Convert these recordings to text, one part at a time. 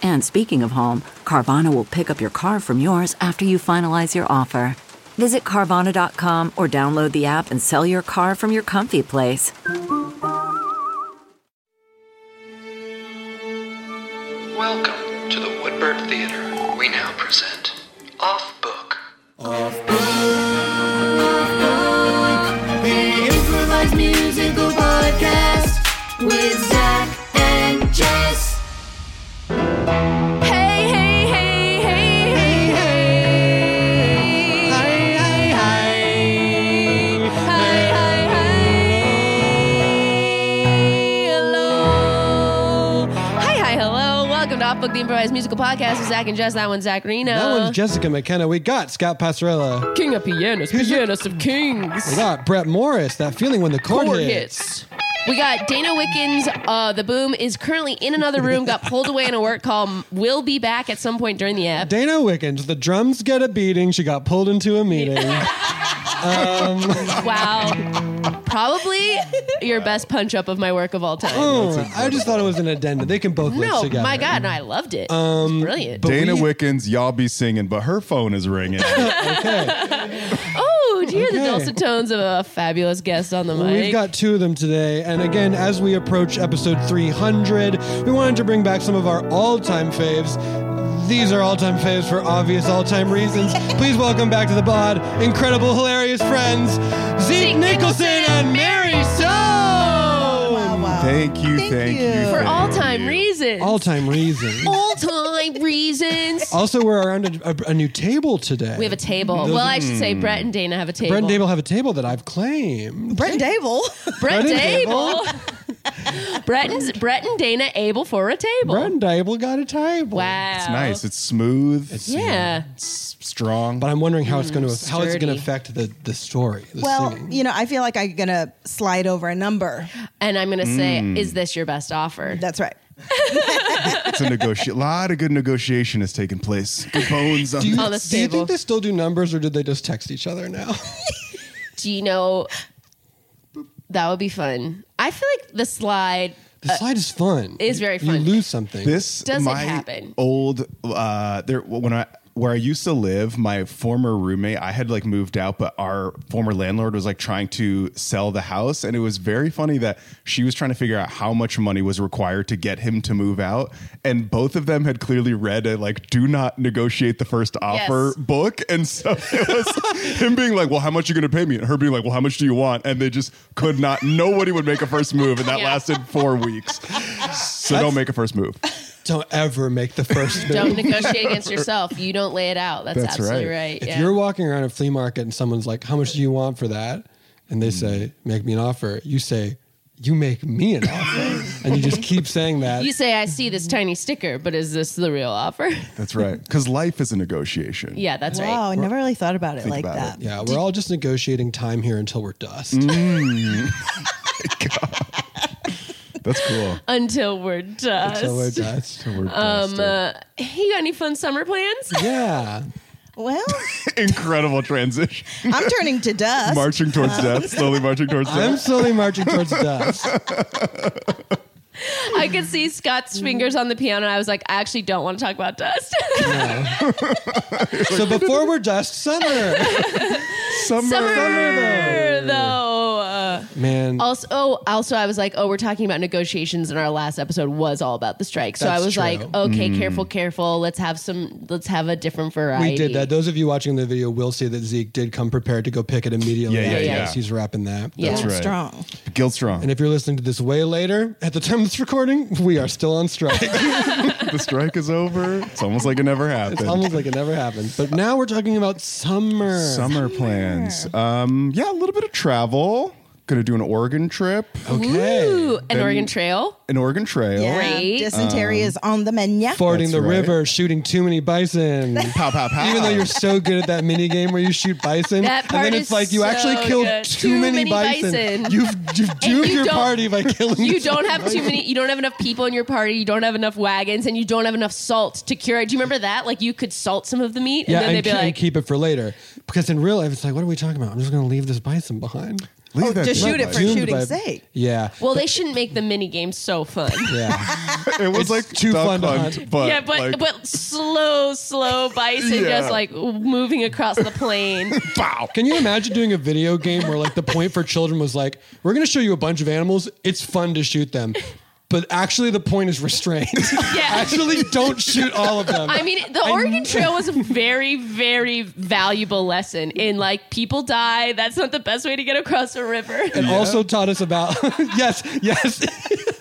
And speaking of home, Carvana will pick up your car from yours after you finalize your offer. Visit Carvana.com or download the app and sell your car from your comfy place. Welcome to the Woodbird Theater. We now present Off Book. The improvised musical podcast with Zach and Jess. Hey, hey, hey, hey, hey, hey. Hi, hi, hi. Hi, hi, hi. Hello. Hi, hi, hello. Welcome to Off Book, the improvised musical podcast with Zach and Jess. That one's Zach Reno. That one's Jessica McKenna. We got Scott Passarella. King of Pianos, Pianist of Kings. We got Brett Morris. That feeling when the chord, Four hits. hits. We got Dana Wickens. Uh, the boom is currently in another room. Got pulled away in a work call. Will be back at some point during the app. Dana Wickens. The drums get a beating. She got pulled into a meeting. Wow, probably your best punch up of my work of all time. Oh, I just thought it was an addendum. They can both live no, together. Um, my God, and I loved it. It's brilliant. but Dana we- Wickens, y'all be singing, but her phone is ringing. Okay. oh, do you hear the Okay. dulcet tones of a fabulous guest on the mic? We've got two of them today. And again, as we approach episode 300, we wanted to bring back some of our all time faves. These are all time faves for obvious all time reasons. Please welcome back to the bod, incredible, hilarious friends, Zeke, Nicholson, and Mary Stone. Thank you, thank, you. for thank all time you. reasons. All time reasons. all time reasons. Also, we're around a, a, a new table today. we have a table. Well, I should Mm. say Brett and Dana have a table. Brett and Dable have a table that I've claimed. Brett Dable. Brett Brett and and Abel. Brett and, Brett and Dana able for a table. Brett and Dable got a table. wow. It's nice. It's smooth. It's yeah. strong. But I'm wondering how it's going to how Mm, it's going sturdy. to affect the the story. The Well, singing. you know, I feel like I'm gonna slide over a number. And I'm going to say, Mm. is this your best offer? That's right. it's a negotiation. A lot of good negotiation has taken place. Good bones on Do you, on Oh, this do you table. think they still do numbers or did they just text each other now? Do you know? That would be fun. I feel like the slide. The slide is fun. Uh, is very You fun. lose something. This Does it my happen? Old uh, there when I where I used to live, my former roommate, I had like moved out, but our former landlord was like trying to sell the house, and it was very funny that she was trying to figure out how much money was required to get him to move out, and both of them had clearly read a like "do not negotiate the first offer" book, and so it was him being like, "Well, how much are you going to pay me?" and her being like, "Well, how much do you want?" and they just could not. Nobody would make a first move, and that Yeah. lasted four weeks. So don't make a first move. Don't ever make the first move. Don't negotiate against yourself. You don't lay it out. That's, That's absolutely right. right. If yeah. you're walking around a flea market and someone's like, "How much do you want for that?" and they say, "Make me an offer," you say, "You make me an offer," and you just keep saying that. You say, I see this tiny sticker, but is this the real offer? That's right. Because life is a negotiation. yeah, that's Wow, right. I never really thought about it like about that. yeah, we're all just negotiating time here until we're dust. Mm-hmm. That's cool. Until we're dust. Until we're dust. Um, uh, you got any fun summer plans? yeah. Well, Incredible transition. I'm turning to dust. Marching towards death, slowly marching towards I'm death. slowly marching towards dust. I could see Scott's fingers on the piano. And I was like, I actually don't want to talk about dust. So before we're dust, summer. Summer. Summer, though. Uh, Man. Also, oh, also, I was like, oh, we're talking about negotiations, and our last episode was all about the strike. So That's I was true. Mm. like, okay, careful, careful. Let's have some. Let's have a different variety. We did that. Those of you watching the video will see that Zeke did come prepared to go pick it immediately. Yeah, yeah, after yeah. this. He's wrapping that. Yeah. That's right. Strong. Guild strong. And if you're listening to this way later, at the time of this recording, we are still on strike. the strike is over, it's almost like it never happened. it's almost like it never happened. But now we're talking about summer. Uh, Summer plans. Um, yeah, a little bit of travel. Gonna do an Oregon trip, Okay. Ooh, an Then- Oregon Trail. an Oregon trail. Yeah. Great. Dysentery is on the menu. Fording That's the right. river, shooting too many bison. Pow pow pow. Even though you're so good at that mini game where you shoot bison, That part and then is it's like you actually so killed good. too, many, bison. You've you've And doomed you your don't- party by killing. You don't have too many. You don't have enough people in your party. You don't have enough wagons, and you don't have enough salt to cure it. Do you remember that? Like you could salt some of the meat, Yeah, and then and, they'd be ke- and like, keep it for later because in real life it's like, what are we talking about? I'm just going to leave this bison behind. Leave that just thing shoot it for alone. Doomed shooting's by- sake. Yeah. "Well, they shouldn't make the mini game so fun." Yeah. It was like too duck fun to hunt, hunt. but yeah, but like, but slow, slow bison Yeah. just like moving across the plain. pow. Can you imagine doing a video game where like the point for children was like, we're going to show you a bunch of animals. It's fun to shoot them. But actually, the point is restraint. yeah. actually, don't shoot all of them. I mean, the Oregon Trail was a very, very valuable lesson in like people die. That's not the best way to get across a river. and also taught us about yes, yes.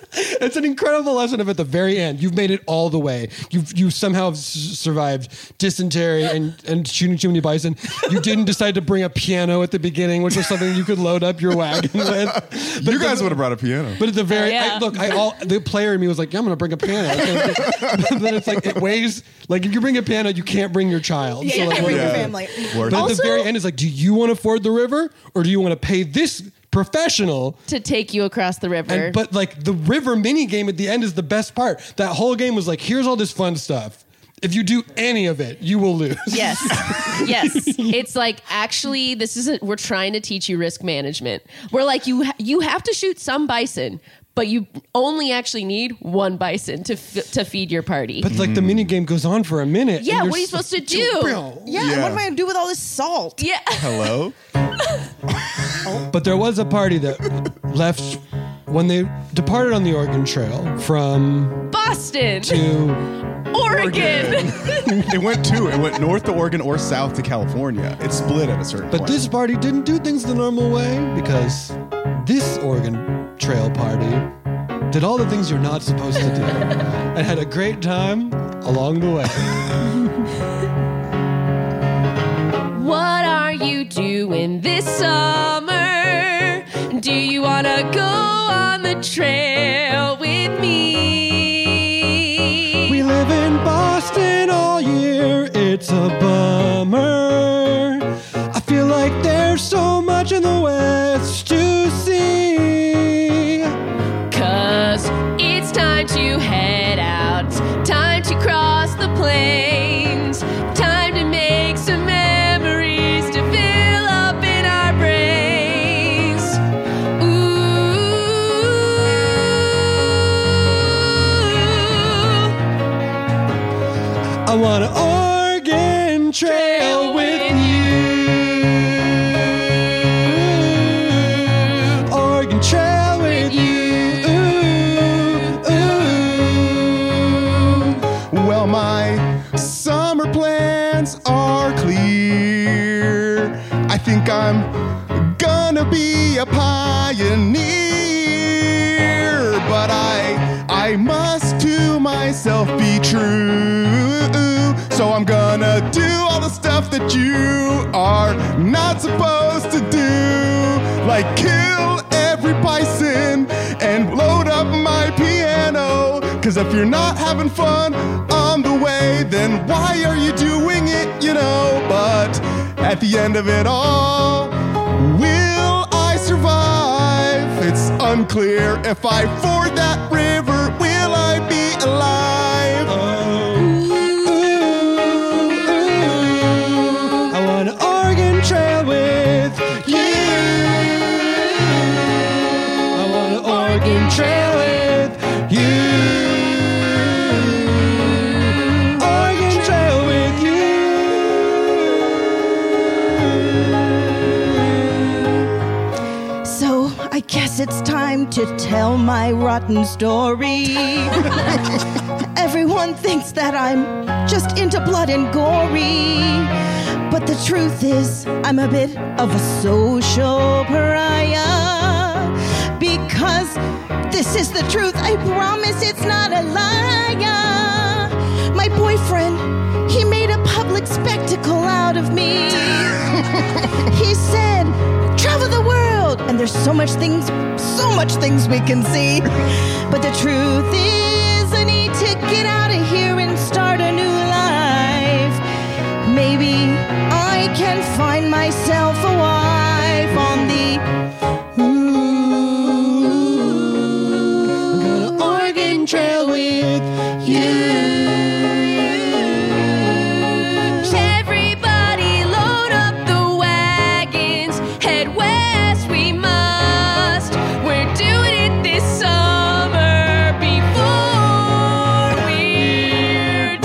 it's an incredible lesson of at the very end. You've made it all the way. You've you somehow have s- survived dysentery and and shooting too many bison. You didn't decide to bring a piano at the beginning, which was something you could load up your wagon with. But you the- guys would have brought a piano. But at the very Yeah. I, look, I all the player in me was like, yeah, I'm gonna bring a piano. but then it's like it weighs like if you bring a piano, you can't bring your child. Yeah, you like, can't bring what- your Yeah. family. But at Also- the very end, it's like, do you want to ford the river or do you want to pay this professional to take you across the river. and, but like the river mini game at the end is the best part. That whole game was like, here's all this fun stuff. If you do any of it, you will lose. Yes. yes. It's like actually this isn't we're trying to teach you risk management. We're like you ha- you have to shoot some bison, but you only actually need one bison to f- to feed your party. But like the mini game goes on for a minute. and yeah, you're what are you supposed to do? Bro. Yeah, Yeah. what am I going to do with all this salt? Yeah. Hello. But there was a party that left when they departed on the Oregon Trail from Boston, to Oregon. it went two. It went north to Oregon or south to California. It split at a certain but point. this party didn't do things the normal way because this Oregon Trail party did all the things you're not supposed to do and had a great time along the way. What are you doing this summer? Do you want to go on the trail with me? We live in Boston all year. It's a bummer. I feel like there's so much in the West to see. Cause it's time to head out, time to cross the plains, time to make some memories to fill up in our brains. Ooh. I want an Oregon trail with you. Oregon trail with you. Ooh, ooh. Well, my summer plans are clear. I think I'm gonna be a pioneer, but I I must to myself be true. So I'm gonna do all the stuff that you are not supposed to do, like kill every bison and load up my piano. Cause if you're not having fun on the way, then why are you doing it, you know? But at the end of it all, will I survive? It's unclear if I ford that river, will I be alive? Oh, I want an Oregon trail with you. I want an Oregon trail with you. Oregon trail with you. So guess it's time to tell my rotten story. Everyone thinks that I'm just into blood and gory. But the truth is, I'm a bit of a social pariah. Because this is the truth, I promise it's not a liar. My boyfriend, he made a public spectacle out of me. he said, travel the world. And there's so much things, so much things we can see. But the truth is, I need to get out of here and start a new life. Maybe I can find myself a wife on the. Ooh, I'm gonna Oregon Trail with you. Everybody load up the wagons, head west we must. We're doing it this summer before we're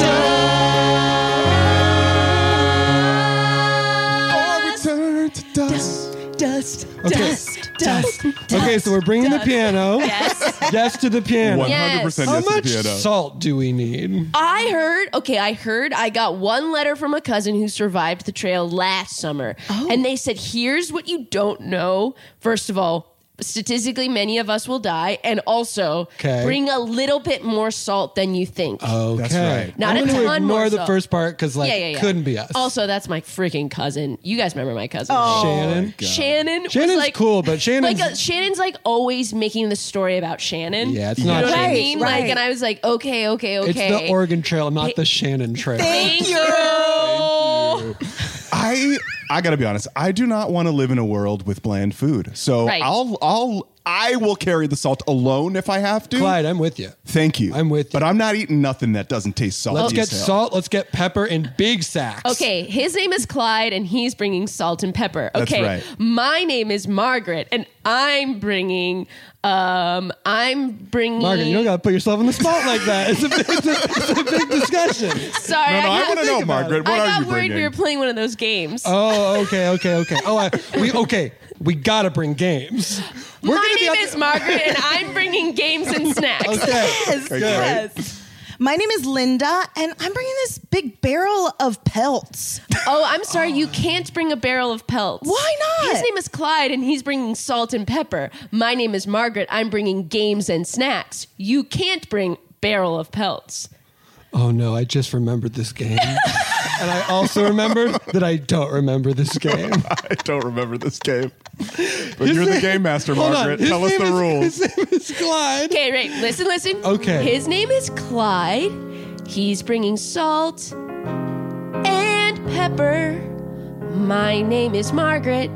done. Return to dust. Dust, Okay. dust, dust, Okay, so we're bringing the piano. Yes. Yes to the piano. 100% yes to How the much piano. salt do we need? I heard, okay, I heard I got one letter from a cousin who survived the trail last summer. Oh. And they said, here's what you don't know. First of all, statistically, many of us will die. And also, 'Kay. bring a little bit more salt than you think. Okay. right. Not I'm a gonna ton ignore more the salt. first part because Oh, like yeah, yeah, yeah. couldn't be us. Also, that's my freaking cousin. You guys remember my cousin? Oh. Shannon. Shannon. was Shannon's like, cool, but Shannon's- like a, Shannon's like always making the story about Shannon. Yeah, it's you not know what I Shannon. mean. Right, Like, right. and I was like, okay, okay, okay. It's the Oregon Trail, not the Shannon Trail. Thank you. I I gotta be honest. I do not want to live in a world with bland food. So Right. I'll I'll I will carry the salt alone if I have to. Clyde, I'm with you. Thank you. I'm with you. But I'm not eating nothing that doesn't taste salty. Let's get as hell. salt. Let's get pepper in big sacks. Okay, his name is Clyde, and he's bringing salt and pepper. That's Okay, right. my name is Margaret, and I'm bringing. Um, I'm bringing. Margaret, you don't got to put yourself on the spot like that. It's a, it's a, it's a big discussion. Sorry, No, no, I, I, want to got, know, Margaret. What I are got you worried bringing? Uh, we were playing one of those games. Oh, okay, okay, okay. Oh, I, we okay. We gotta bring games. We're my be name out- is Margaret, and I'm bringing games and snacks. Okay. Yes, Okay, yes. My name is Linda, and I'm bringing this big barrel of pelts. Oh, I'm sorry, you can't bring a barrel of pelts. Why not? His name is Clyde, and he's bringing salt and pepper. My name is Margaret. I'm bringing games and snacks. You can't bring barrel of pelts. Oh no, I just remembered this game, and I also remembered that I don't remember this game. I don't remember this game. But you're the game master, Hold on, Margaret. his Tell us name the is- rules. His name is Clyde. Okay, right. Listen, listen. Okay. His name is Clyde. He's bringing salt and pepper. My name is Margaret.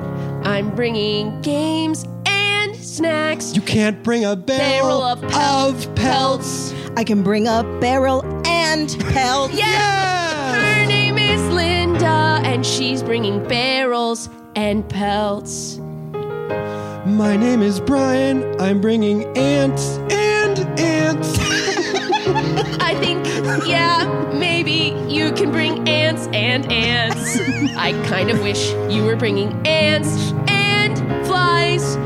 I'm bringing games and snacks. You can't bring a barrel, Barrel of pelts. of pelts. I can bring a barrel and pelts. Yeah. Her name is Linda, and she's bringing barrels and pelts. My name is Brian. I'm bringing ants and ants. I think, yeah, maybe you can bring ants and ants. I kind of wish you were bringing ants and flies.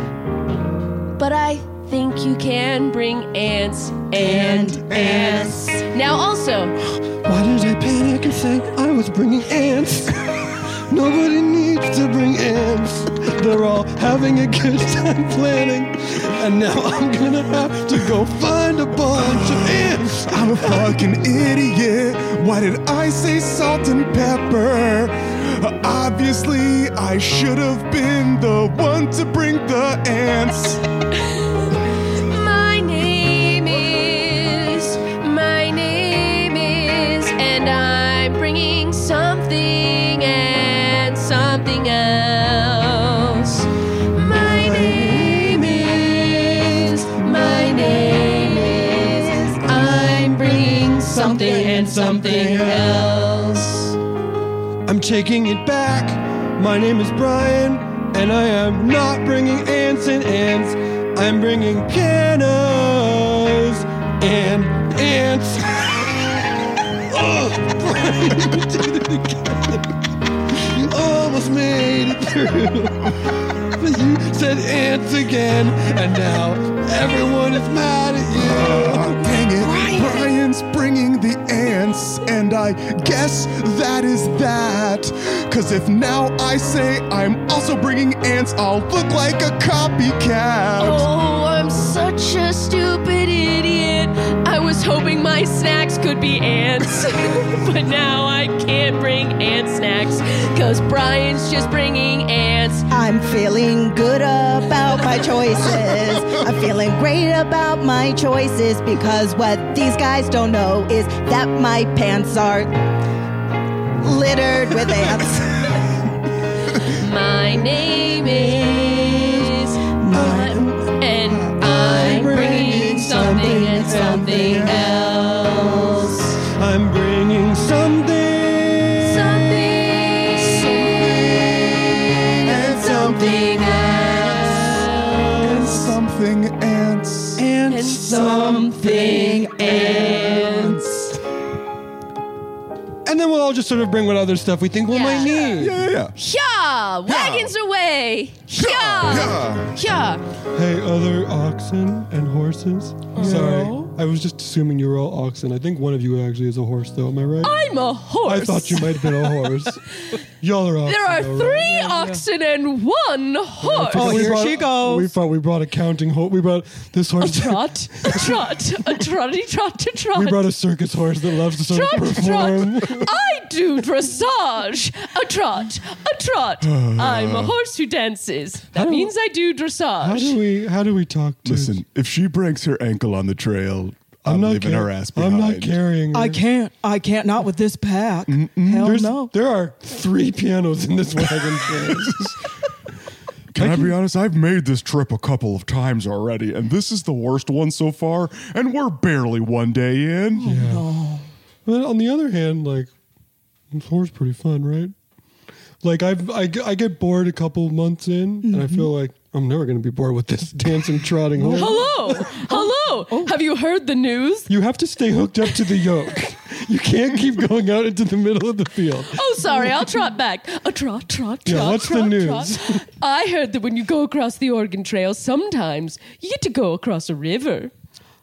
But I think you can bring ants and, ants. Now, also, Why did I panic and think I was bringing ants? Nobody needs to bring ants. They're all having a good time planning. And now I'm gonna have to go find a bunch of ants. I'm a fucking idiot. Why did I say salt and pepper? Obviously, I should have been the one to bring the ants. my name is, my name is, and I'm bringing something and something else. My name is, my name is, I'm bringing something and something else. I'm taking it back. My name is Brian, and I am not bringing ants and ants. I'm bringing pianos and ants. Ugh, Brian, you did it again. You almost made it through. But you said ants again. again, and now everyone is mad at you. Oh, Dang it. Brian's bringing the ants, and I guess that is that. Cause if now I say I'm also bringing ants, I'll look like a copycat. Oh, I'm such a stupid idiot. I was hoping my snacks could be ants, but now I can't bring ant snacks because Brian's just bringing ants. I'm feeling good about my choices. I'm feeling great about my choices because what these guys don't know is that my pants are littered with ants. My name is. and I'm bringing something and something else. I'm bringing something. Something and something And else. something ants. And Something ants. And then we'll all just sort of bring what other stuff we think we Yeah. might need. Yeah, yeah. Hyah! Wagons away! Hyah! Hyah! Hey, other oxen and horses. Sorry, I was just assuming you were all oxen. I think one of you actually is a horse, though. Am I right? I'm a I horse. thought you might have been a horse. Y'all are oxen. There are though, three Oh, right? oxen and one horse. I forgot Oh, we here brought- she goes. We thought we brought a counting horse. We brought this A horse. trot, a trot, a trotty trot to trot. we brought a circus horse that loves to sort of trot, perform. trot. I do dressage. A trot, a trot. I'm a horse who dances. That How- means I do How dressage. do we? How do we talk to? Listen, if she breaks her ankle on the trail, I'm, I'm not leaving car- her ass behind. I'm not carrying. Her. I can't. I can't. Not with this pack. Hell There's, no. There are three pianos in this wagon. Chris. Can I be honest? I've made this trip a couple of times already, and this is the worst one so far, and we're barely one day in. But on the other hand, like, this horse pretty fun, right? Like I've, I, g- I get bored a couple months in, and I feel like I'm never going to be bored with this dancing trotting horse. Hello, hello. Have you heard the news? You have to stay hooked up to the yoke. You can't keep going out into the middle of the field. Oh, sorry, I'll trot back. A trot, trot, trot. Yeah, what's the trot, news? Trot. I heard that when you go across the Oregon Trail, sometimes you get to go across a river.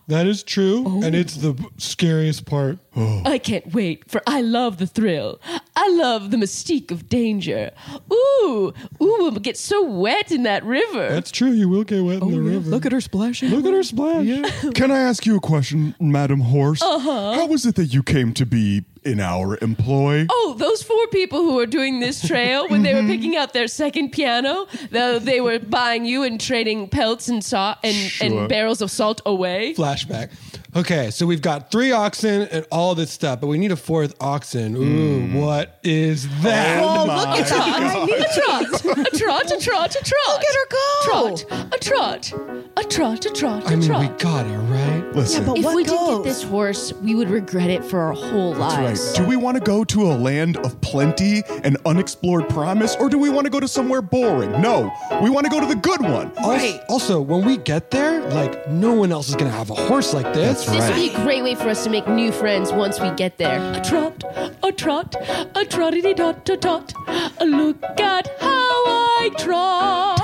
That is true, and it's the scariest part. I can't wait, for I love the thrill. I love the mystique of danger. Ooh, ooh, we'll get so wet in that river. That's true. You will get wet in Oh, the river. Look at her splashing. Look at her splash. Can I ask you a question, Madam Horse? Uh-huh. How is it that you came to be in our employ? Oh, those four people who were doing this trail when they were Mm-hmm. picking out their second piano, though they were buying you and trading pelts and saw and, Sure. and barrels of salt away. flashback. Okay, so we've got three oxen and all this stuff, but we need a fourth oxen. Ooh, what is that? Oh, look at A her. trot, a trot, a trot, a trot, a trot. Look at her go. Trot, a trot, a trot, a trot, I a mean, we trot. got her right. Listen, but If what we goes? didn't get this horse, we would regret it for our whole lives. right. Do we want to go to a land of plenty and unexplored promise, or do we want to go to somewhere boring? No, we want to go to the good one. Right. Also, when we get there, like no one else is gonna have a horse like this. This would be a great way for us to make new friends once we get there. A trot, a trot, a trotty dot a tot. A Look at how I trot.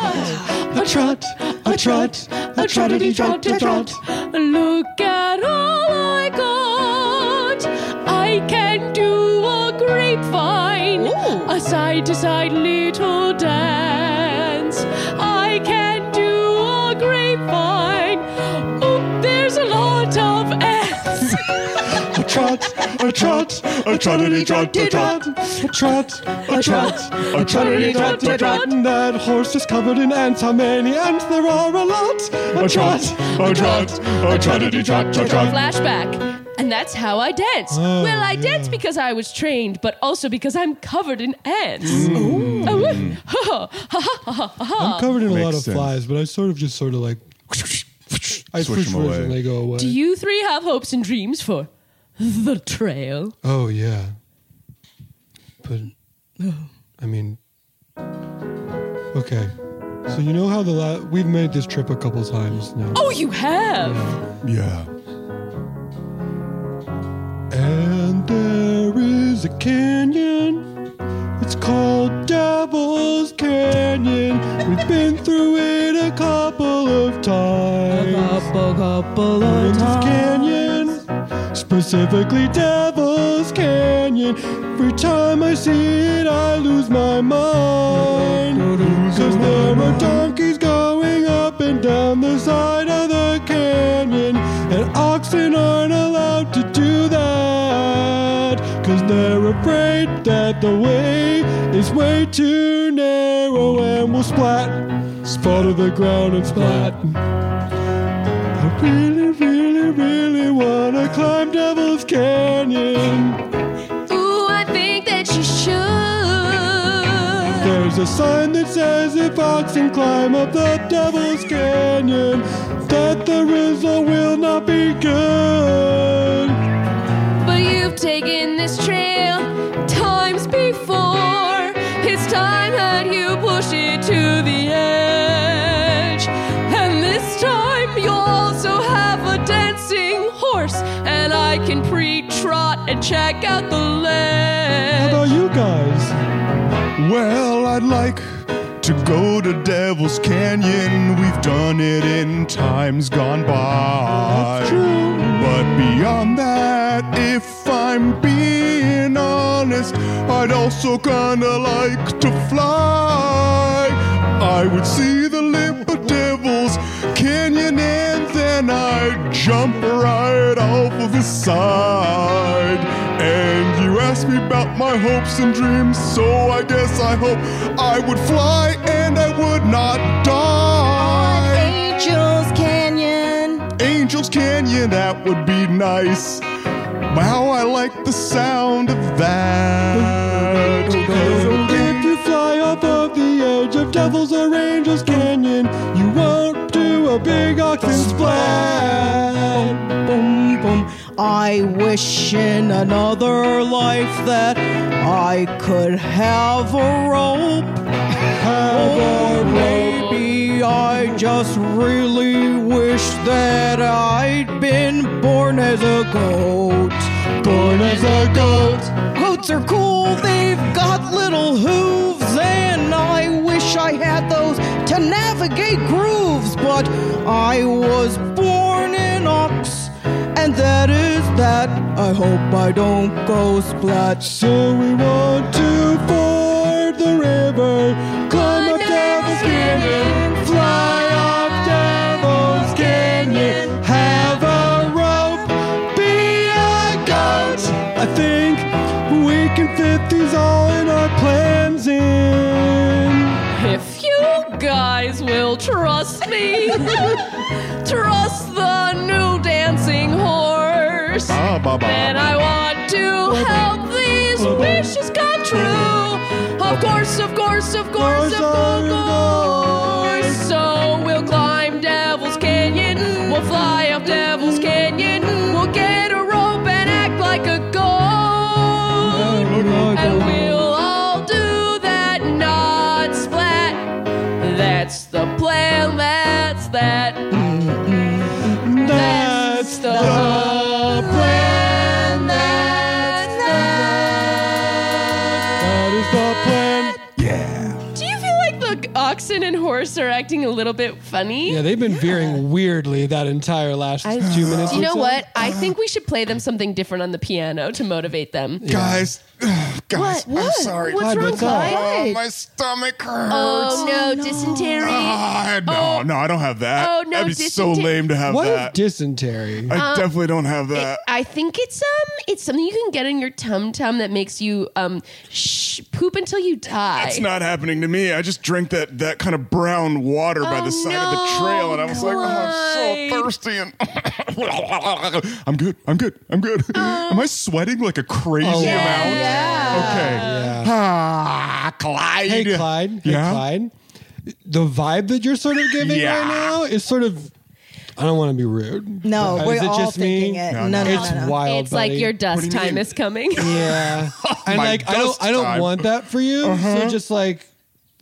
A trot, a trot, a trottity trot, a trot. Look at all I got. I can do a grapevine, a side to side little dance. I can do a grapevine. Oh, there's a lot of ants. A trot, a trot, a trottity trot, a trot. A trot, a trot, a trottity trot, a trot. And that horse is covered in ants. How many ants? There are a lot. A trot, Oh, a trot, a trottity trot, a trot. Flashback. And that's how I dance. Oh, well, I yeah. dance because I was trained, but also because I'm covered in ants. Oh, woo. Ha, ha, ha, ha, ha, ha. Um, I'm covered in a Makes lot of sense. flies, but I sort of just sort of like I Swish push 'em them away. and they go away. Do you three have hopes and dreams for the trail? oh yeah, but Oh. I mean, okay. So you know how the la- we've made this trip a couple times now. Oh, you have. Yeah. And there is a canyon. It's called Devil's Canyon. companion. We've been through it a couple of A times. couple, couple of Mountains of times. Canyon, specifically Devil's Canyon. Every time I see it, I lose my mind. Cause there were donkeys going up and down the side of the canyon, and oxen aren't allowed to do that. Cause they're afraid that the way is way too narrow and will splat, spot to the ground and splat. I really, really, really wanna climb Devil's Canyon. Ooh, I think that you should. There's a sign that says if oxen climb up the Devil's Canyon, that the result will not be good. But you've taken this trail times before. It's time that you push it to the edge. And this time you also have a dancing horse, and I can pre trot and check out the How ledge. about you guys? Well, I'd like to go to Devil's Canyon. We've done it in times gone by. That's true. But beyond that, if I'm being honest, I'd also kinda like to fly. I would see the lip of Devil's Canyon and then I'd jump right off of his side. And you asked me about my hopes and dreams, so I guess I hope I would fly and I would not die. Angels Canyon. Angels Canyon, that would be nice. Wow, I like the sound of that. If you fly off of the edge of Devil's or Angels Canyon, you won't do a big oxen splat. Boom, boom. I wish in another life that I could have a rope. Or maybe I just really wish that I'd been born as a goat. Born as a goat. Goats are cool, they've got little hooves, and I wish I had those to navigate grooves, but I was born an ox, and that is that. I hope I don't go splat. So we want to ford the river, climb up Devil's Canyon, fly off Devil's Canyon, have a rope, be a goat. I think we can fit these all in our plans in. If you guys will trust me, trust the new dancing horse. Ah, ba, ba. And I want to help these wishes come true. Of course, of course, of course, of course. So we'll climb Devil's Canyon. We'll fly up Devil's Canyon. We'll get a rope and act like a goat. And we'll all do that, not splat. That's the plan, that's that. That's the plan, that's that. That is the plan. Do you feel like the oxen and horse are acting a little bit funny? Yeah, they've been veering weirdly that entire last two minutes. Do you or know so. what? I think we should play them something different on the piano to motivate them. Guys, guys, I'm What? sorry. What's wrong, what's up? Clyde? Oh, my stomach hurts. Oh, no, dysentery. Ah, no, Oh. no, I don't have that. Oh, no, That'd be so dysentery. lame to have What if that. Uh, dysentery? Uh, I definitely don't have that. I think it's um, it's something you can get in your tum tum that makes you um, sh- poop until you die. That's not happening to me. I just drank that that kind of brown water by Oh, the side of the no, trail, and I was like, Clyde. oh, I'm so thirsty, and I'm good. I'm good. I'm good. Oh. Am I sweating like a crazy amount? Okay. Ah, Clyde. Hey, Clyde. Hey, Yeah? Clyde. The vibe that you're sort of giving Yeah. right now is sort of. I don't want to be rude. No, Uh, we're is it all just thinking me? it. No, no, no, it's no. wild. it's like buddy. your dust What do you time mean? is coming. Yeah, and Oh My like I don't, dust I don't time. Uh-huh. want that for you. So just like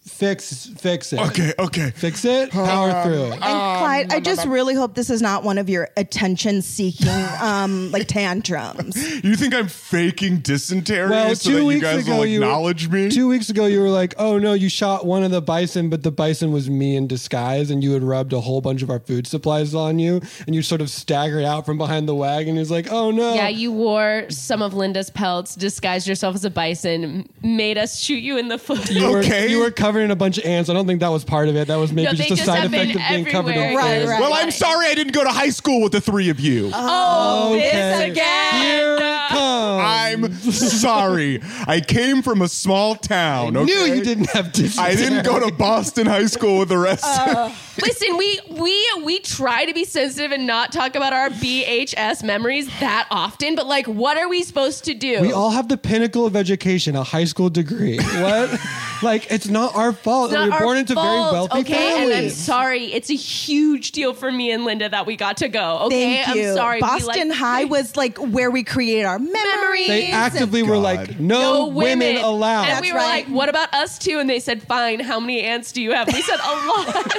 Fix fix it. Okay, Uh-huh. okay. Fix it. Power through. And Clyde, I just really hope this is not one of your attention-seeking, um, like tantrums. You think I'm faking dysentery Well, so two that you weeks guys ago, will you- acknowledge me? Two weeks ago, you were like, "Oh no, you shot one of the bison, but the bison was me in disguise, and you had rubbed a whole bunch of our food supplies on you, and you sort of staggered out from behind the wagon." He's like, "Oh no, Yeah, you wore some of Linda's pelts, disguised yourself as a bison, m- made us shoot you in the foot. You were, Okay. you were covered in a bunch of ants. I don't think that was part of it. That was maybe No, they just a just side have been effect of being covered in everywhere. Right, ants." right. well, I'm sorry I didn't go to high school with the three of you. oh, this again. Here it comes. I'm sorry. I came from a small town. I okay? knew you didn't have dysentery. I didn't go to Boston High School with the rest. of uh, Listen, we we we try to be sensitive and not talk about our BHS memories that often, but like, what are we supposed to do? We all have the pinnacle of education, a high school degree. What? like, it's not our fault. It's not we were our born into very fault, wealthy okay? families. And I'm sorry. It's a huge deal for me and Linda that we got to go. Okay, Thank you. I'm sorry. We, like, Boston High was like where we create our memories. they actively were God. like, no no, women, allowed. And we were right. like, what about us too? And they said, fine, how many ants do you have? We said, a lot.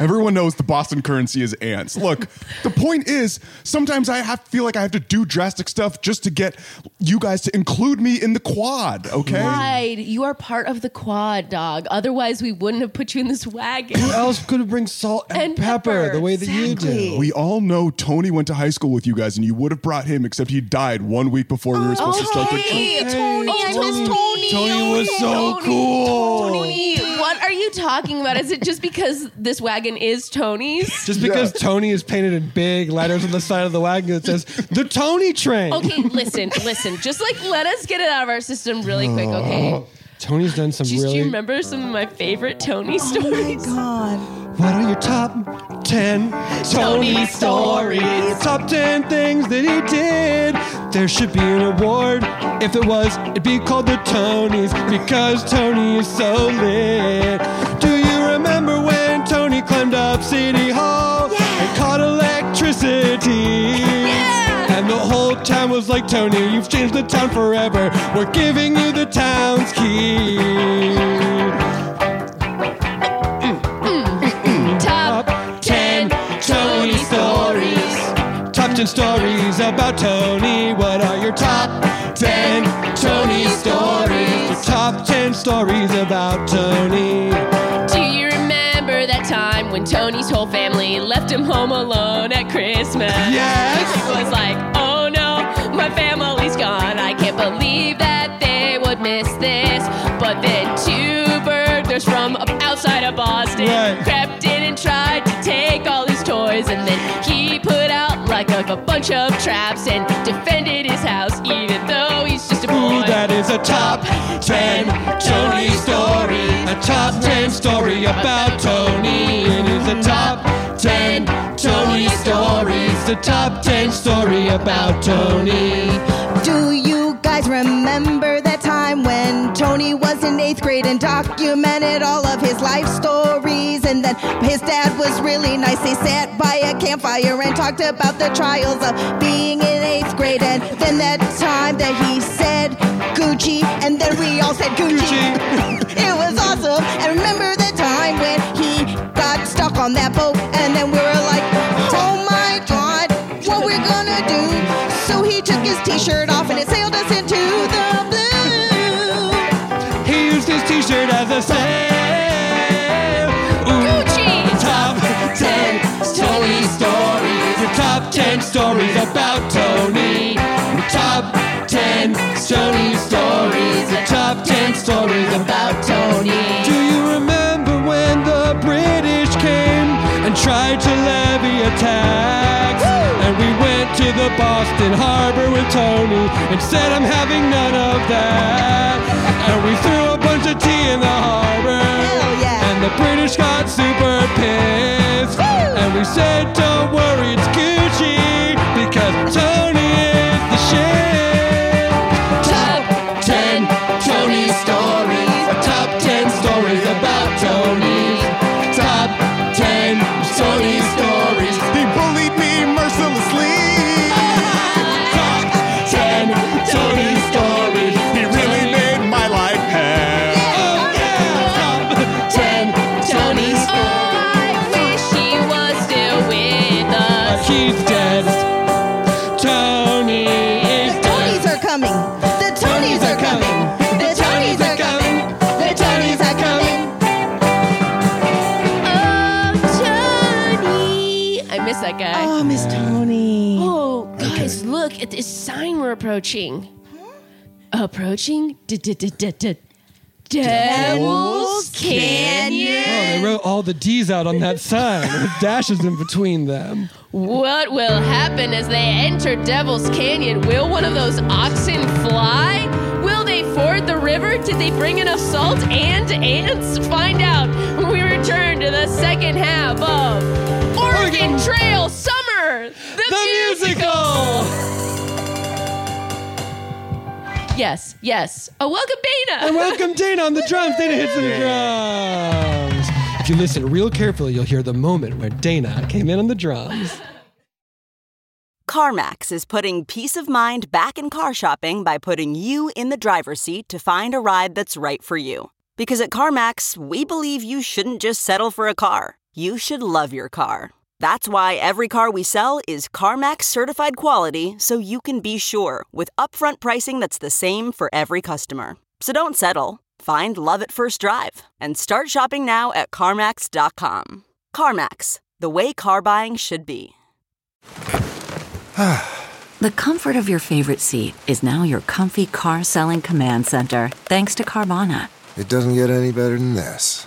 Everyone knows the Boston currency is ants. Look, the point is, sometimes I have feel like I have to do drastic stuff just to get you guys to include me in the quad. Okay. Clyde, you are part of the quad, dog. Otherwise, we wouldn't have put you in this wagon. Who else could bring salt and, And pepper, pepper, the way that you do? exactly. We all know Tony went to high school with you guys, and you would have brought him, except he died one week before we were supposed to start the Okay. trip. Tony, I miss Tony. Tony was so Tony, cool. Tony, what are you talking about? Is it just because this wagon is Tony's? Just because Tony is painted in big letters on the side of the wagon that says, the Tony train. Okay, listen, listen. Just like let us get it out of our system really quick, okay? Tony's done some Just, Oh, really. Do you remember some of my favorite Tony Oh my stories? god. What are your top 10 Tony stories? Top 10 things that he did. There should be an award. If it was, it'd be called the Tonys because Tony is so lit. Do you remember when Tony climbed up City Hall and caught electricity? And the whole town was like, Tony, you've changed the town forever. We're giving you the town's key. Top 10 Tony stories. Top 10 stories about Tony. What are your top 10 Tony stories? Your top 10 stories about Tony. Do you remember that time when Tony's whole family left him home alone at Christmas? Yes. He was like, oh no, my family's gone. I can't believe that they would miss this. But then two burglars from outside of Boston Right. crept in and tried to take all his toys. And then he put out like a, a bunch of traps and defended his house, even though he's just a Ooh, boy. that is a top 10 Tony story. A top 10 story about Tony. It is a top 10 Tony stories. The top 10 story about Tony. Do you guys remember that time when Tony was in eighth grade and documented all of his life stories? And then his dad was really nice. They sat by a campfire and talked about the trials of being in eighth grade. And then that time that he said Gucci, and then we all said Gucci. it was awesome. And remember the time when he got stuck on that boat, and then we were like, oh my god, what we're gonna do? So he took his t shirt off and it sailed us into the blue. He used his t-shirt as a sail. Ooh, Gucci! top 10 Tony stories. Your top 10 stories about Tony. Your top 10 Tony stories. Your top 10 stories about Tony. Do you remember when the British came and tried to levy a tax? And we went to the Boston Harbor with Tony and said, I'm having none of that. And we threw a bunch of tea in the harbor. Hell yeah. And the British got super pissed. Woo! And we said, don't worry, it's Gucci because Tony is the shit. Top 10 Tony stories. Top 10 stories about Tony. Top 10 Tony stories. He bullied me mercilessly. Top 10 Tony stories. He really made my life hell. Oh, yeah. Oh, She's dead. Tony is The Tonys are coming. The Tonys are coming. The Tonys are coming. The Tonys are coming. Oh, Tony. I miss that guy. Oh, Miss Tony. Oh, guys, look at this sign we're approaching. Approaching d- d- d- d- d- Devil's Canyon. Oh, they wrote all the D's out on that sign with dashes in between them. What will happen as they enter Devil's Canyon? Will one of those oxen fly? Will they ford the river? Did they bring enough salt and ants? Find out when we return to the second half of Oregon Trail Summer, the, The musical! Yes, yes. Oh, welcome, Dana. And welcome Dana on the drums. Dana hits the drums. If you listen real carefully, you'll hear the moment where Dana came in on the drums. CarMax is putting peace of mind back in car shopping by putting you in the driver's seat to find a ride that's right for you. Because at CarMax, we believe you shouldn't just settle for a car, you should love your car. That's why every car we sell is CarMax certified quality so you can be sure with upfront pricing that's the same for every customer. So don't settle. Find love at first drive and start shopping now at CarMax.com. CarMax, the way car buying should be. The comfort of your favorite seat is now your comfy car selling command center, thanks to Carvana. It doesn't get any better than this.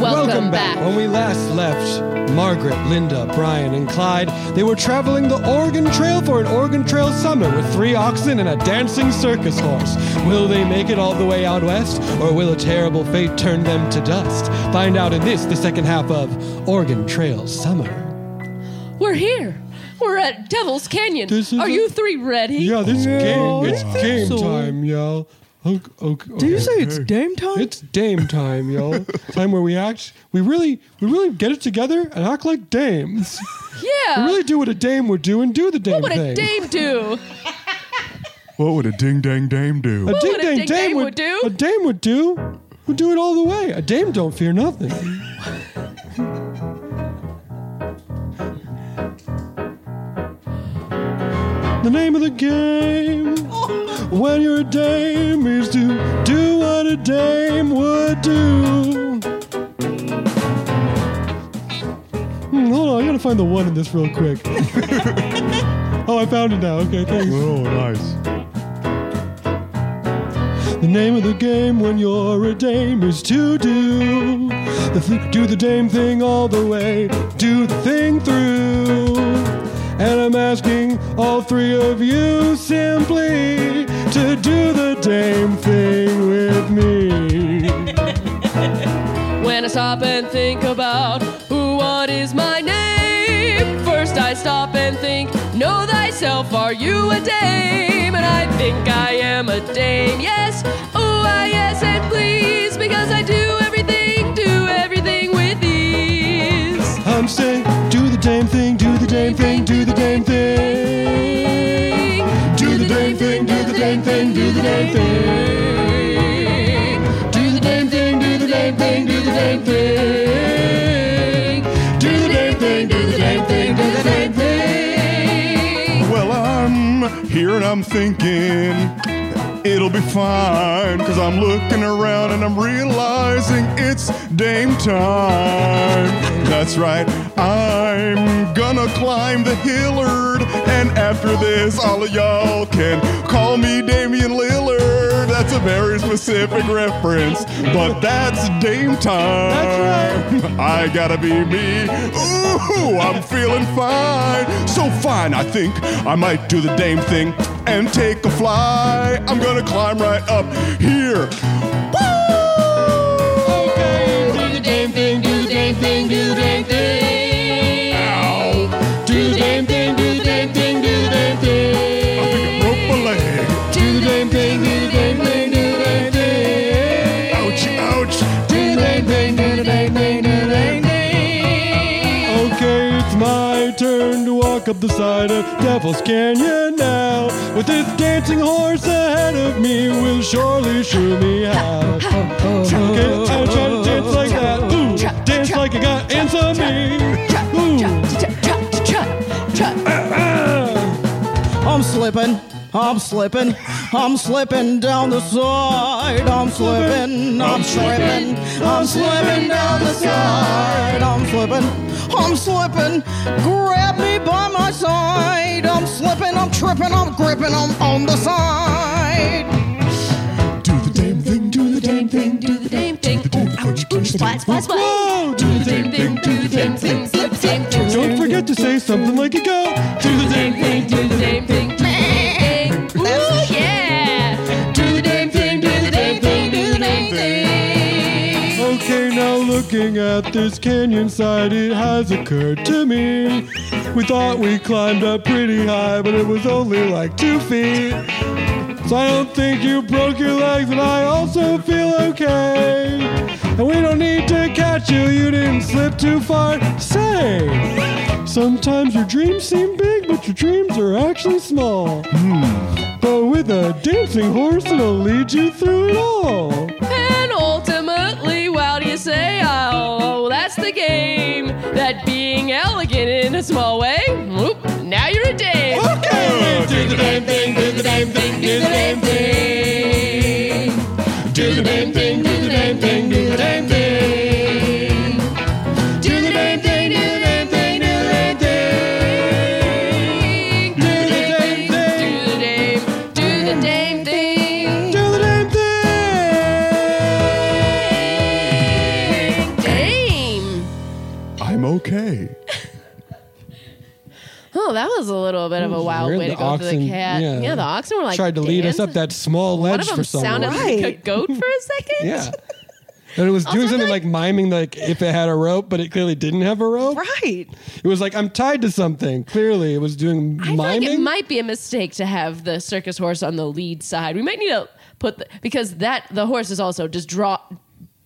Welcome, back. When we last left Margaret, Linda, Brian, and Clyde, they were traveling the Oregon Trail for an Oregon Trail summer with three oxen and a dancing circus horse. Will they make it all the way out west, or will a terrible fate turn them to dust? Find out in this, the second half of Oregon Trail Summer. We're here. We're at Devil's Canyon. This is Are a- you three ready? Yeah, this is game. It's I game think so. time, y'all. Okay, Do you say it's game time? It's dame time, y'all. time where we act. We really, we really get it together and act like dames. Yeah. We Uh, really do what a dame would do and do the dame what would thing. a dame do? What would a ding dang dame do? A ding would a dang ding dame dame would, would do? A dame would do. Would do it all the way. A dame don't fear nothing. the name of the game when you're a dame is to do what a dame would do. Hmm, hold on, I gotta find the one in this real quick. oh, I found it now. Okay, thanks. Oh, nice. The name of the game when you're a dame is to do the th- do the dame thing all the way, do the thing through. And I'm asking all three of you simply to do the dame thing with me. When I stop and think about who, what is my name? First I stop and think, know thyself, are you a dame? And I think I am a dame, yes, oh, I yes, and please, because I do everything, do everything with ease. I'm saying, do the dame thing, do the dame thing, do the dame thing. Do the dame thing, do the dame thing, do the dame thing. Do the dame thing, do the dame thing, do the dame thing. Do the dame thing, do the dame thing, do the dame thing. Well, I'm here and I'm thinking it'll be fine because I'm looking around and I'm realizing it's dame time. That's right, I'm gonna climb the Hillard, and after this, all of y'all can call me Damian Lillard. That's a a very specific reference, but that's Dame time. I gotta be me. Ooh, I'm feeling fine. So fine, I think I might do the Dame thing and take a fly. I'm gonna climb right up here. Okay, do the dame thing, do the dame thing, do the dame thing. Do the dame thing, do the dame thing, do the dame thing. I think I broke my leg. Do the dame thing, do the dame thing, do the dame thing. Ouch, ouch. Do the dame thing, do the dame thing, do the dame thing. Okay, it's my turn to walk up the side of Devil's Canyon now. With this dancing horse ahead of me, will surely shoo me out. Okay, I'm trying to dance like that. Ooh, dance like I got insomnia. Ooh. I'm slipping, I'm slipping, I'm slipping down the side. I'm slipping, I'm slipping, I'm slipping down the side. I'm slipping, I'm slipping, grab me by my side. I'm slipping, I'm tripping, I'm gripping, I'm on the side. Do the Dame thing, do the Dame thing, do the dame thing. Ooh, ouch, ooh, splat, splat, splat. Do the dame thing, do the dame thing, slip, dame thing. Don't forget to say something like a go. Do the dame thing. Do the dame thing, do the dame thing. Ooh, yeah. Do the dame thing, do the dame thing, do the dame thing. Okay, now looking at this canyon side, it has occurred to me. We thought we climbed up pretty high, but it was only like two feet. So I don't think you broke your legs, and I also feel okay. And we don't need to catch you, you didn't slip too far. Say, sometimes your dreams seem big, but your dreams are actually small. But with a dancing horse, it'll lead you through it all. And ultimately, while you say, oh, that's the game, that being elegant in a small way, whoop, now you're a dame. Okay, do the dame thing, do the dame thing, do the dame thing. Do the dame thing, do the dame thing, do the dame thing. Do the dame thing, do the dame thing, do the dame thing. Do Do the dame, do the the dame thing, dame thing. do the dame thing. Dame. I'm okay. Oh, that was a little bit of a wild weird. way to The go through oxen- the cat. yeah. Yeah. the oxen were like Tried to lead us dancing. up that small One ledge of them for some sounded reason. like a goat for a second. Yeah. And it was doing something like miming, like if it had a rope, but it clearly didn't have a rope. Right. It was like I'm tied to something. Clearly, it was doing I feel like it miming. might be a mistake to have the circus horse on the lead side. We might need to put the, because that the horse is also just draw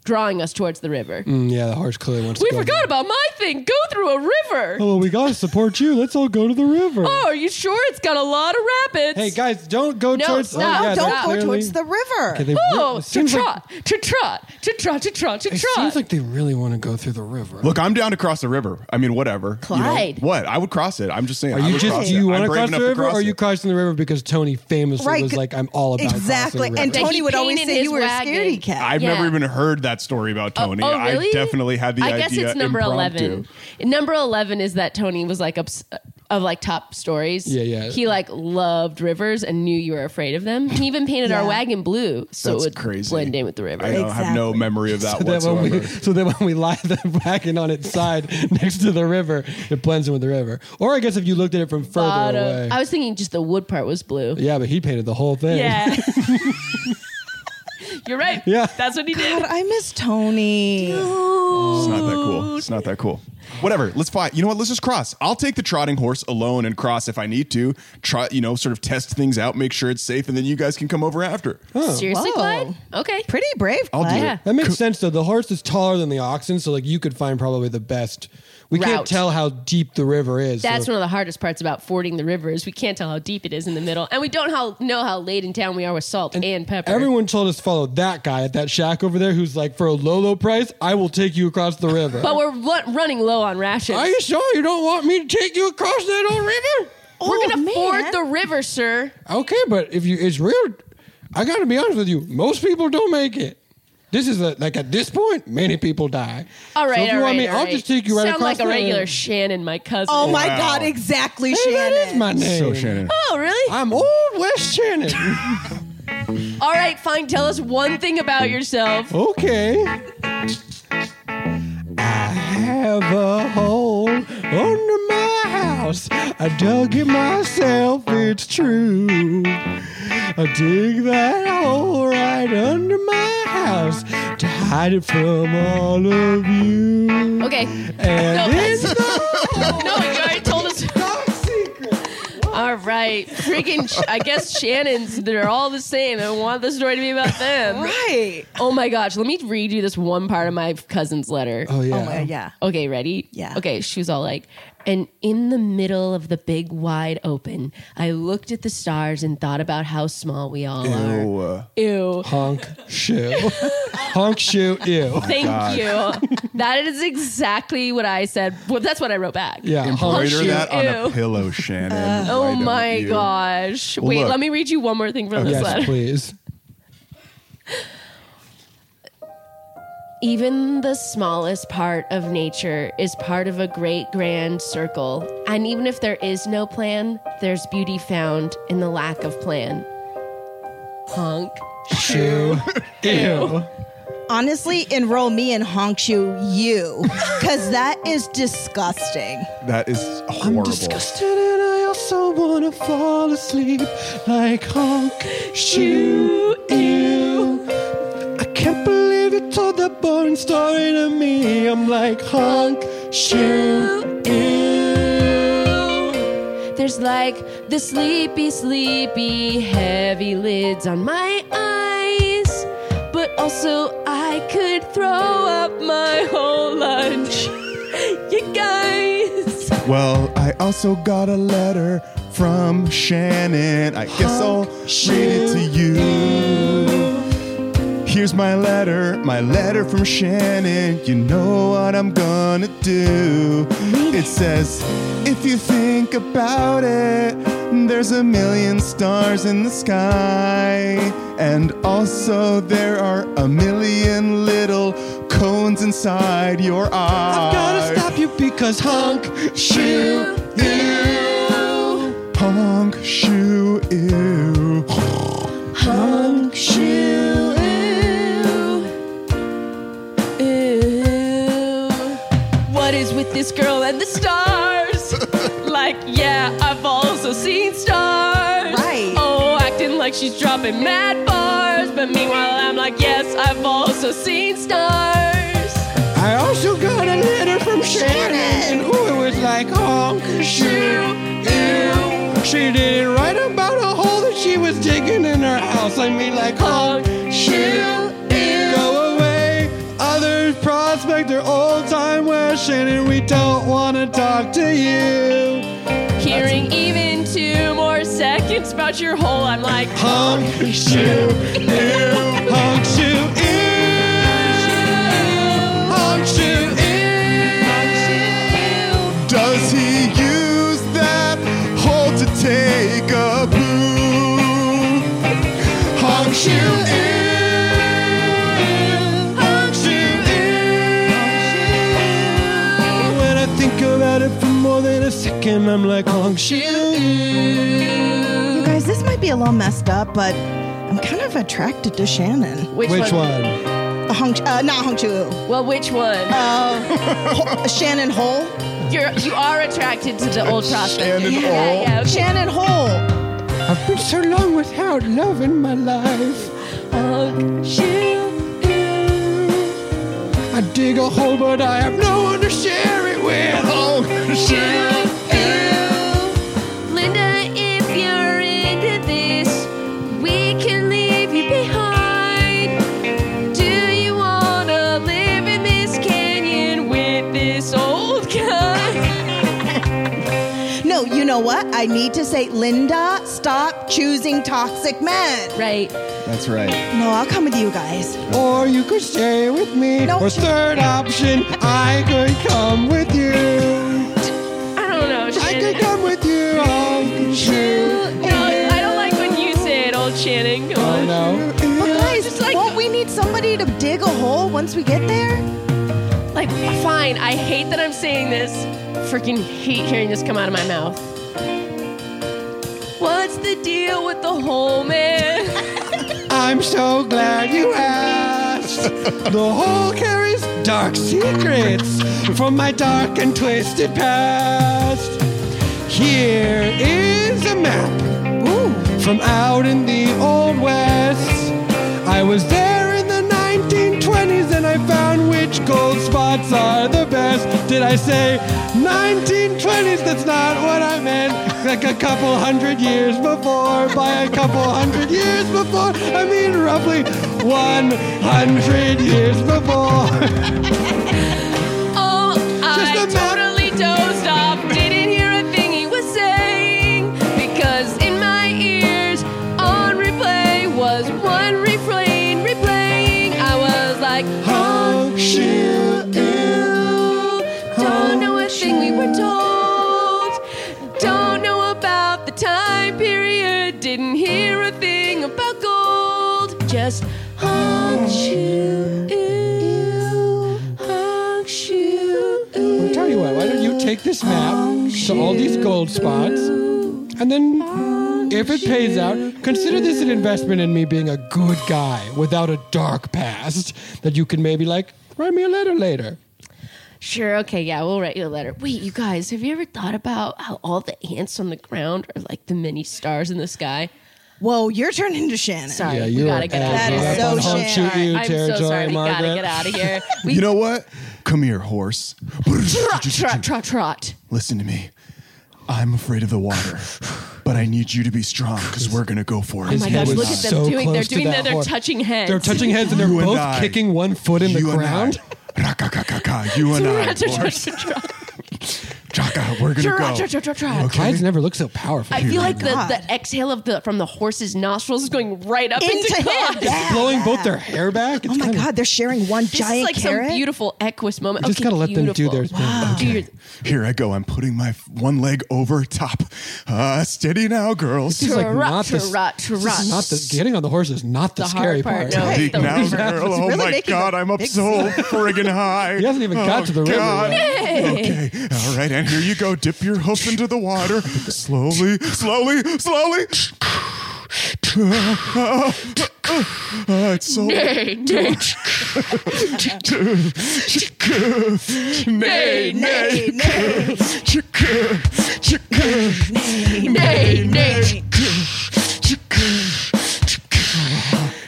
drawing us towards the river. Mm, yeah, the horse clearly wants We to go. forgot about my thing. Go through a river. Oh, well, we gotta support you. Let's all go to the river. Oh, are you sure it's got a lot of rapids? Hey guys, don't go No, towards. stop. oh, yeah, Don't they go clearly- towards the river. Okay, they Oh, it to seems like- trot, to trot, to trot, to trot, to it trot. seems like they really want to go through the river. Look, I'm down to cross the river. I mean, whatever. You know, Clyde. what? I would cross it. I'm just saying. Are I you would just? cross Do it. you I'm want to brave cross the enough to river, or are it. you crossing the river because Tony famously Right, was c- like, "I'm all about crossing the Exactly. And river." That he Tony would always painted say his you were wagon. a scaredy cat. I've never Yeah. even heard that story about Tony. Oh, oh, I really? definitely had the I idea. guess it's number impromptu. eleven. Number eleven is that Tony was like ups- of like top stories. Yeah, yeah. He like loved rivers and knew you were afraid of them. He even painted our Yeah. wagon blue so That's it would crazy. blend in with the river. I know, I have no Exactly. memory of that So that, when whatsoever. we, so that when we lie the wagon on its side next to the river, it blends in with the river. Or I guess if you looked at it from further Bottom- away. I was thinking just the wood part was blue. yeah, but he painted the whole thing. Yeah. You're right. Yeah. That's what he did. God, I miss Tony. It's not that cool. It's not that cool. Whatever. Let's fight. You know what? Let's just cross. I'll take the trotting horse alone and cross if I need to. Try, you know, sort of test things out, make sure it's safe, and then you guys can come over after. Seriously, Whoa. Clyde? Okay. Pretty brave, I'll do Clyde. Yeah. it. That makes sense though. The horse is taller than the oxen, so like you could find probably the best. We can't Route. tell how deep the river is. That's so- one of the hardest parts about fording the river is we can't tell how deep it is in the middle, and we don't how, know how laid in town we are with salt and, pepper. Everyone told us to follow that guy at that shack over there, who's like, for a low, low price, I will take you across the river. but we're lu- running low on rations. Are you sure you don't want me to take you across that old river? We're Oh, gonna man. ford the river, sir. Okay, but if you, it's real. I got to be honest with you. Most people don't make it. This is a, like at this point, many people die. All right, So if you all want right, me, all I'll right. just take you right Sound across. like a the- regular Shannon, my cousin. Oh my Wow. God, exactly, Hey, Shannon. that is my name. So Shannon. Oh really? I'm old West Shannon. All right, fine. Tell us one thing about yourself. Okay. I have a hole under my house. I dug it myself, it's true. I dig that hole right under my house to hide it from all of you. Okay. And No. it's the No, you already told us. All right, freaking! Sh- I guess Shannon's. They're all the same. I want the story to be about them. Right. Oh my gosh, let me read you this one part of my cousin's letter. Oh, yeah. Oh my, yeah. Okay, ready? Yeah. Okay, she was all like, and in the middle of the big wide open, I looked at the stars and thought about how small we all are. Ew. honk shoe. honk shoe, ew. Thank you. that is exactly what I said. Well, that's what I wrote back. Yeah, honk Embroider shoot, shoe. that on ew. a pillow, Shannon. Uh, Why Oh don't my you? gosh. Wait, look. let me read you one more thing from this letter. Yes, please. Even the smallest part of nature is part of a great grand circle. And even if there is no plan, there's beauty found in the lack of plan. Honk. Shoe, ew. Honestly, enroll me in Honkshu you, because that is disgusting. That is horrible. I'm disgusted and I also wanna fall asleep like honk shoe ew. I can't believe you told that boring story to me. I'm like honk shoe ew. There's like the sleepy, sleepy, heavy lids on my eyes. But also, I could throw up my whole lunch. you guys. Well, I also got a letter from Shannon. I guess I'll read it to you. Here's my letter, my letter from Shannon. You know what I'm gonna do. It says, if you think about it, there's a million stars in the sky. And also, there are a million little cones inside your eye. I've gotta stop you because honk shoe ew. Honk shoe ew. Honk shoe ew. Ew. What is with this girl and the stars? like, yeah, I've also seen stars. Right. Oh, acting like she's dropping mad bars. But meanwhile, I'm like, yes, I've also seen stars. I also got a letter from Shannon, and ooh, it was like "Oh, honk shoe ew. She did it right about a hole that she was digging in her house. I mean, like "Oh, honk shoe ew. Go away, others prospect their old time where Shannon, we don't wanna talk to you. Hearing even two more seconds about your hole, I'm like, Honk shoe ew. Honk shoe ew. Honk shoe ew. Does he use that hole to take a poo? Honk shoe ew. Honk shoe ew. When I think about it for more than a second, I'm like, honk You guys, this might be a little messed up, but I'm kind of attracted to Shannon. which, Which one? Uh, Hong, uh, not Honkshu. Well, which one? Uh, Shannon Hole. You're, you are attracted to the old prospect. Shannon yeah, Hole. yeah, okay. Shannon Hole. I've been so long without love in my life. Honk, shoe, ew. I dig a hole, but I have no one to share it with. Oh, Honk Linda, if you're into this, we can leave you behind. Do you wanna live in this canyon with this old guy? No, you know what? I need to say, Linda, stop choosing toxic men. Right. That's right. No, I'll come with you guys. Or you could stay with me. No. Or third option, I could come with you. I don't know. I Shannon. could come with you. Oh, Honk No, I don't like when you say it, old Channing. Come Oh on. no. But guys, Just like- won't we need somebody to dig a hole once we get there? Like, fine. I hate that I'm saying this. Freaking hate hearing this come out of my mouth. What's the deal with the whole man? I'm so glad you asked. The hole carries dark secrets from my dark and twisted past. Here is a map from out in the old west. I was there in the 1920s and I found which gold spots are the best. Did I say 1920s? That's not what I meant. Like a couple hundred years before, by a couple hundred years before, I mean roughly 100 years before. Oh, I Just a map. totally dozed off. Didn't hear a thing he was saying. Because in my ears, on replay, was one refrain replaying. I was like, oh, shoot, Don't know a thing we were told. Don't know about the time period. Didn't hear a thing about gold. Just honk you honk you I'll tell you what, why don't you take this map to all these gold spots and then if it pays out, consider this an investment in me being a good guy without a dark past that you can maybe like write me a letter later. Sure, okay, yeah, we'll write you a letter. Wait, you guys, have you ever thought about how all the ants on the ground are like the many stars in the sky? Whoa, you're turning into Shannon. Sorry, Yeah, we you're gotta an get out of asshole. here. That is so Honk Shannon. shoot you I'm so territory, sorry, we Margaret. gotta get out of here. We You know what? Come here, horse. trot, trot, trot, trot. Listen to me. I'm afraid of the water, but I need you to be strong because we're gonna go for Oh it. my His head gosh, was look at them so doing they're close to doing that that, they're horn. touching heads. They're touching heads and they're You and both I. kicking one foot in the You and ground. I. Ra-ka-ka-ka-ka. You and I. horse. Chaka, we're gonna Trot, go. trot, trot, trot, trot. Okay? Clyde's never looked so powerful. I feel my like the, the exhale of the from the horse's nostrils is going right up into, Into him. Clyde. Yeah. blowing both their hair back. It's Oh my kind of- God, they're sharing one This giant is like carrot. some beautiful Equus moment. You just okay, gotta let them do beautiful. their thing. Wow. Do your- Here I go. I'm putting my f- one leg over top. Uh, steady now, girls. This is like Trot, not the, trot, this is trot. not the getting on the horse is not the, The hard scary part, part. no. Big the now, river. girl. It's Oh really my making God, a I'm up big so scene. friggin' high. Oh, He hasn't even got to the river God. yet. Okay, all right, and here you go. Dip your hoof into the water. Slowly, slowly, slowly. Ah, uh, it's so. Nay, nay. Nay, nay, nay,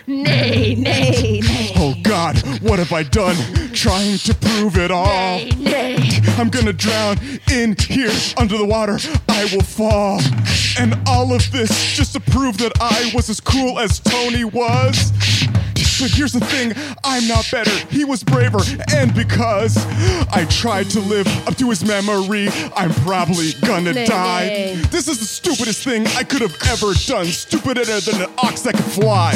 nay, Nay, nay. Oh God, what have I done? Trying to prove it all. nay, nay. I'm gonna drown in here under the water. I will fall. And all of this just to prove that I was as cool as Tony was. But here's the thing I'm not better. He was braver. And because I tried to live up to his memory, I'm probably gonna Nay, die. nay. This is the stupidest thing I could have ever done. Stupider than an ox that can fly.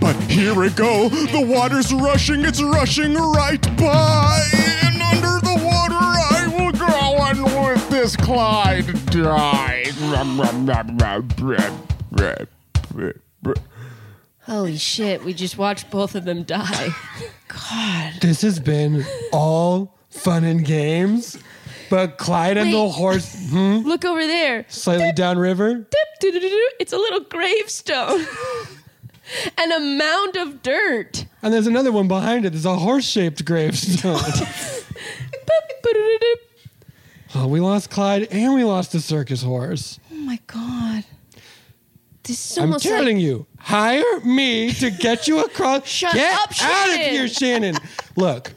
But here we go. The water's rushing. It's rushing right by. And under the water, I will go and with this Clyde die. Rum, rum, rum, rum, rum, rum, rum, rum. Holy shit, we just watched both of them die. This has been all fun and games, but Clyde and the Wait. horse hmm, Look over there. slightly downriver. Dip, do-do-do-do. It's a little gravestone. And a mound of dirt. And there's another one behind it. There's a horse-shaped gravestone. Boop, ba-do-do-do. oh, we lost Clyde and we lost the circus horse. Oh my God. This is I'm almost like telling you, hire me to get you across. Shut get up, out of Shannon. here, Shannon. Look,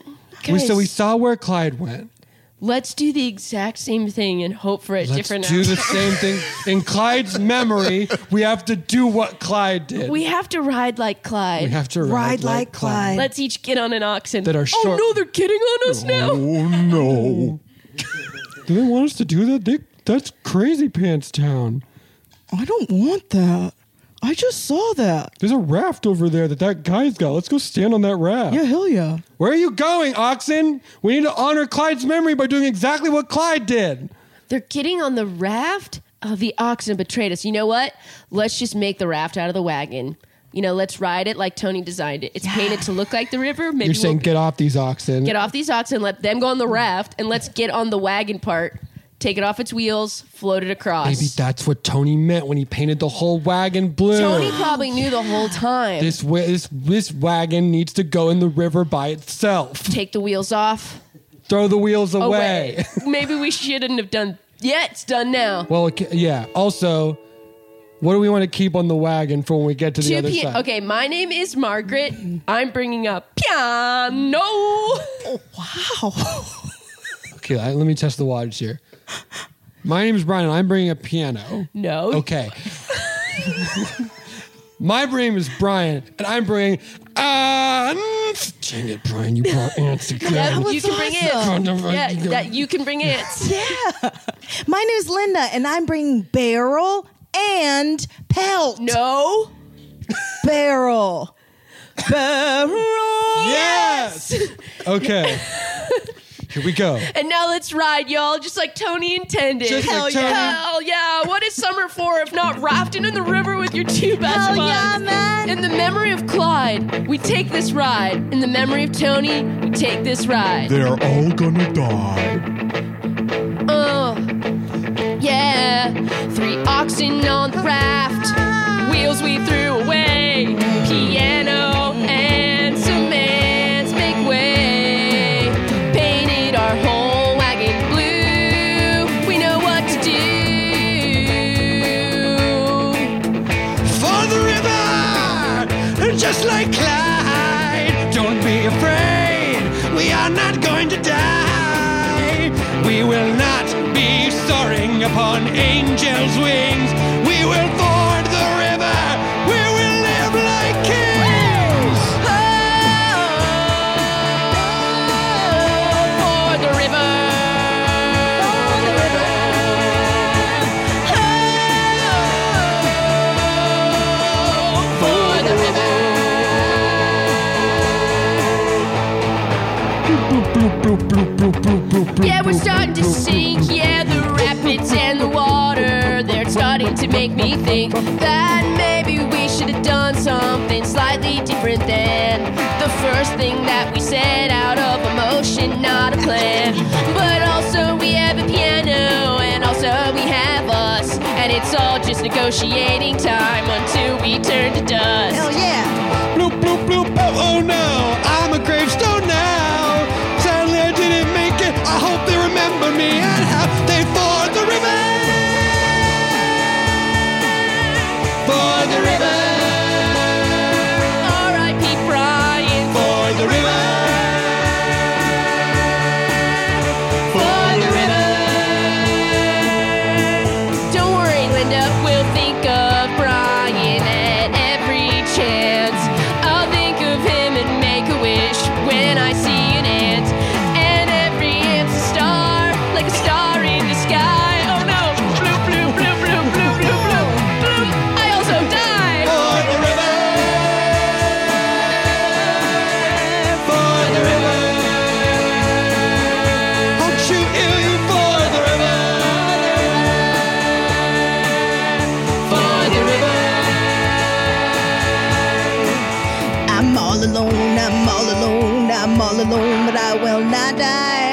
we, so Guys. we saw where Clyde went. Let's do the exact same thing and hope for a Let's different do the outcome. same thing. In Clyde's memory, we have to do what Clyde did. We have to ride like Clyde. We have to ride, Ride like like Clyde. Clyde. Let's each get on an oxen. That are Oh short- no, they're kidding on us now. Oh no. Do they want us to do that? They, that's crazy pants town. I don't want that. I just saw that. There's a raft over there that that guy's got. Let's go stand on that raft. Yeah, hell yeah. Where are you going, Oxen? We need to honor Clyde's memory by doing exactly what Clyde did. They're kidding on the raft. Oh, the oxen betrayed us. You know what? Let's just make the raft out of the wagon. You know, let's ride it like Tony designed it. It's painted to look like the river. Maybe You're saying we'll get off these oxen. get off these oxen, let them go on the raft, and let's get on the wagon part take it off its wheels, float it across. Maybe that's what Tony meant when he painted the whole wagon blue. Tony probably knew the whole time. This, wa- this, this wagon needs to go in the river by itself. take the wheels off. Throw the wheels away. Away. Maybe we shouldn't have done. Yeah, it's done now. Well, it ca- yeah. Also, what do we want to keep on the wagon for when we get to the Two other p. side? Okay, my name is Margaret. I'm bringing up piano. Okay, I- let me test the waters here. My name is Brian. And I'm bringing a piano. No. Okay. My name is Brian, and I'm bringing ants. Dang it, Brian! You brought ants again. Yeah, you can bring awesome. it. Yeah, that you can bring it. Yeah. My name is Linda, and I'm bringing barrel and pelt. No. Barrel. Barrel. Yes. okay. Here we go. And now let's ride, y'all, just like Tony intended. Just like Hell Tony. yeah. Hell yeah. What is summer for if not rafting in the river with your two best Hell buds? yeah, man. In the memory of Clyde, we take this ride. In the memory of Tony, we take this ride. They're all gonna die. Oh, yeah. Three oxen on the raft. Wheels we threw away. Piano and some ants make way. Painted our whole wagon blue. We know what to do. For the river, just like Clyde. Don't be afraid, we are not going to die. We will not be soaring upon angels' wings. We will ford the river, we will live like kings. Oh, for the river. For the river. Oh, for the river. Yeah, we're starting to sink. Yeah, the rapids and the water, they're starting to make me think that maybe we should have done something slightly different than the first thing that we said out of emotion, not a plan. But also, we have a piano, and also, we have us. And it's all just negotiating time until we turn to dust. Hell yeah. Bloop, bloop, bloop, oh, oh no, I'm a gravestone now. Sadly, I didn't make it. I hope they remember me and how they ford the river. For the river, R.I.P. Brian. for the river. for the river. Don't worry, Linda, we'll think of Brian at every chance. I'll think of him and make a wish when I see an ant. And every ant's a star, like a star in the sky. Oh no, bloop, bloop, bloop, bloop, bloop, bloop, bloop, bloop. I also die. For the river, for the river. Aren't you ill, you for the river? For the river. I'm all alone, I'm all alone, I'm all alone, but I will not die.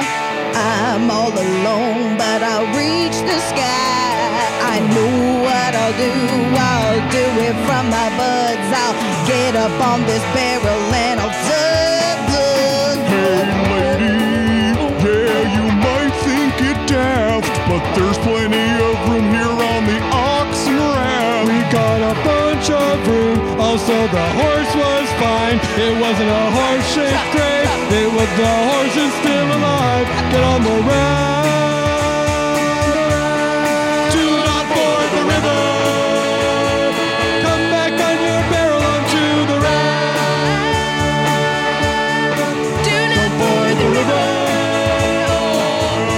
I'm all alone, but I'll reach the sky. I know what I'll do, I'll do it from my buds. I'll get up on this barrel and I'll Hey dub lady, yeah, you might think it daft, but there's plenty of room here on the oxen raft. We got a bunch of room. Also, the horse was fine. It wasn't a horse-shaped grave. It was the horse is still alive. Get on the raft. Do not board the river. Come back on your barrel onto the raft. Do not board the river.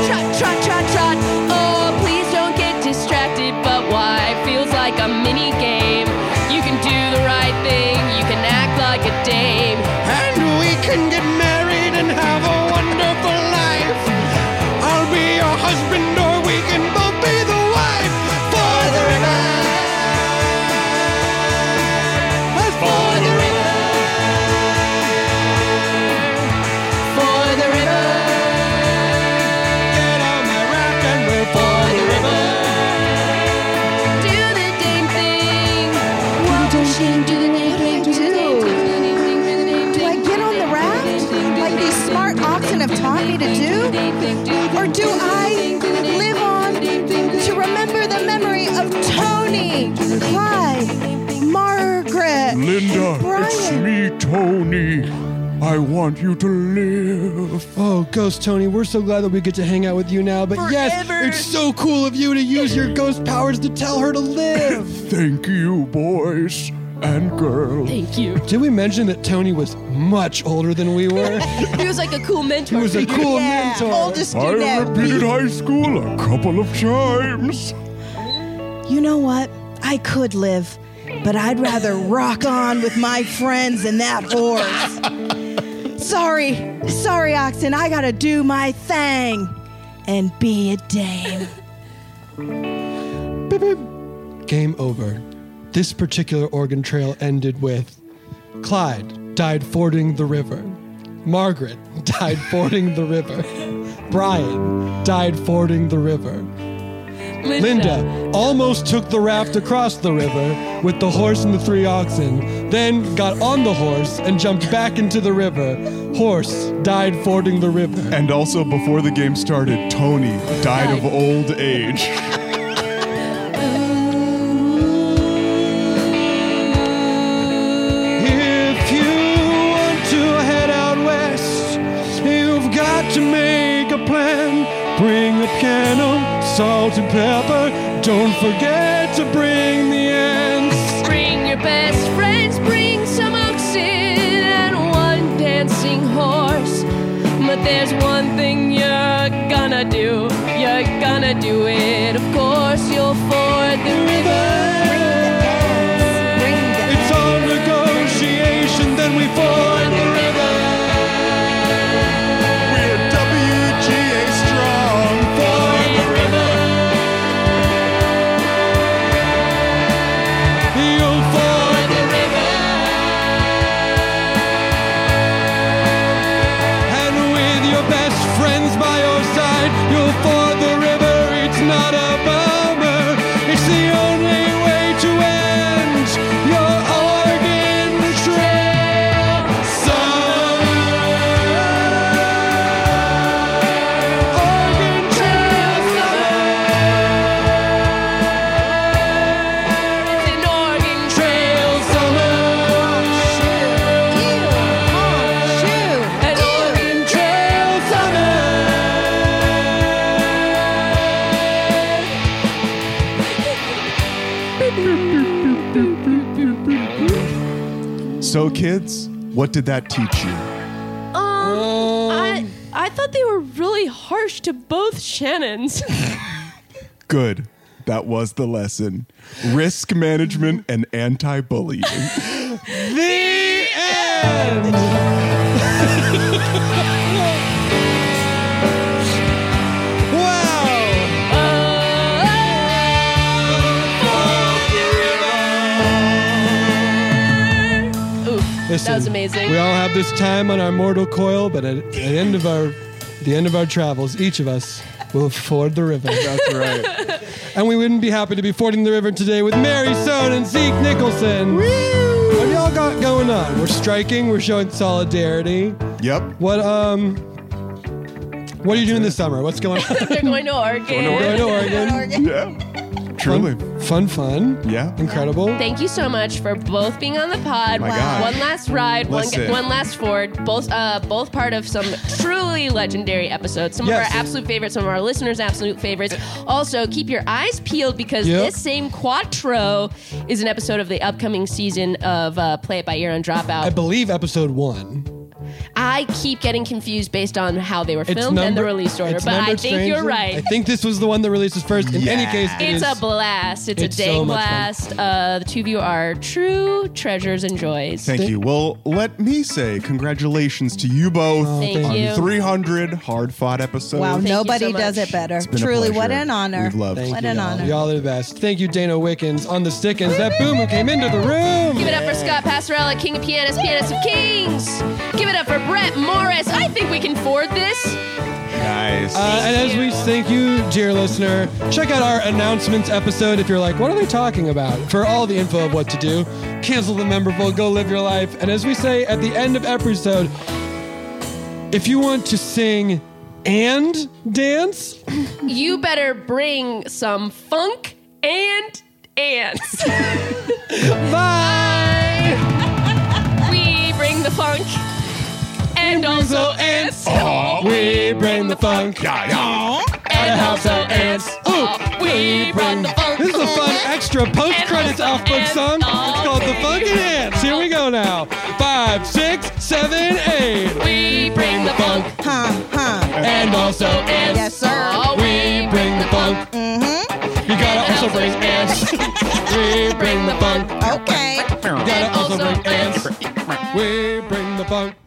Trot, trot, trot, trot. Oh, please don't get distracted. But why? Feels like a mini game. You can do the right thing. You can act like a dame. And we can get married and have a wonderful life. I'll be of talking to do? Or do I live on to remember the memory of Tony, Clyde, Margaret, Linda, and it's Brian? me, Tony. I want you to live. Oh, Ghost Tony, we're so glad that we get to hang out with you now. But yes, it's so cool of you to use your ghost powers to tell her to live. Thank you, boys and girls. Thank you. Did we mention that Tony was much older than we were? He was like a cool mentor. He was a figure. cool mentor. I repeated high school a couple of times. You know what? I could live, but I'd rather rock on with my friends and that horse. sorry, sorry, Oxen. I gotta do my thing and be a dame. Game over. This particular Oregon Trail ended with Clyde died fording the river. Margaret died fording the river. Brian died fording the river. Linda. almost took the raft across the river with the horse and the three oxen, then got on the horse and jumped back into the river. Horse died fording the river. And also, before the game started, Tony died of old age. If you want to head out west, you've got to make a plan. Bring a piano, salt and pepper. Don't forget to bring the ants. Bring your best friends, bring some oxen and one dancing horse. But there's one thing you're gonna do. You're gonna do it. Of course, you'll ford the river. It's all negotiation, then we ford the river. We're WGA strong. Ford the river. You'll ford the river. And with your best friends by your side, you'll ford the river. It's not a bummer. It's the only way to end your Oregon trail summer. Oregon trail summer. It's an Oregon trail summer. An Oregon trail So, kids, what did that teach you? Um, I, I thought they were really harsh to both Shannons. Good. That was the lesson. Risk management and anti bullying. The end. wow. Ooh, Listen, that was amazing. We all have this time on our mortal coil, but at, at the end of our the end of our travels, each of us will ford the river. That's right. and we wouldn't be happy to be fording the river today with Mary Sohn and Zeke Nicholson. What y'all got going on? We're striking. We're showing solidarity. Yep. What um? What are you doing this summer? What's going on? They're going to Oregon. Going to Oregon. yeah. Truly. Fun, fun. Yeah. Incredible. Thank you so much for both being on the pod. Oh My God. One last ride, one, Listen. one last Ford. Both uh, both part of some truly legendary episodes. Some Yes. of our absolute favorites, some of our listeners' absolute favorites. Also, keep your eyes peeled because Yep. this same Quattro is an episode of the upcoming season of uh, Play It By Ear on I Dropout. believe episode one. I keep getting confused based on how they were filmed and the release order, it's but I numbered think strangely. you're right. I think this was the one that releases first. In any Yeah. case, it it's a is- blast. It's, it's a dang so much fun. blast. Uh, the two of you are true treasures and joys. Thank you. Well, let me say congratulations to you both Thank on you. 300 hard fought episodes. Wow, you nobody so much. does it better. been a Truly, what pleasure. an honor. We've loved Thank what you, an y'all. honor. Y'all are the best. Thank you, Dana Wickens, on the Stickens. That boom who came into the room. Give it up for Scott Passarella, King of Pianists, Pianist of Kings. Give it up for Brett Morris. I think we can afford this. Guys. Uh, and as we thank you, dear listener, check out our announcements episode if you're like, what are they talking about? For all the info of what to do, cancel the memberful, go live your life. And as we say at the end of every episode, If you want to sing and dance, You better bring some funk and ants. Bye. we bring the funk and also ants. we bring the funk. And also ants. we bring the funk. This is a fun extra post credits off book song. It's called The Funkin' Ants. Here we go now. Five, six, seven, eight. We bring the funk. Ha, ha. And also ants. Yes, sir. Oh, Mm-hmm. We bring the funk. You gotta also bring ants. we bring the funk. Okay. You gotta also bring ants. We bring the funk.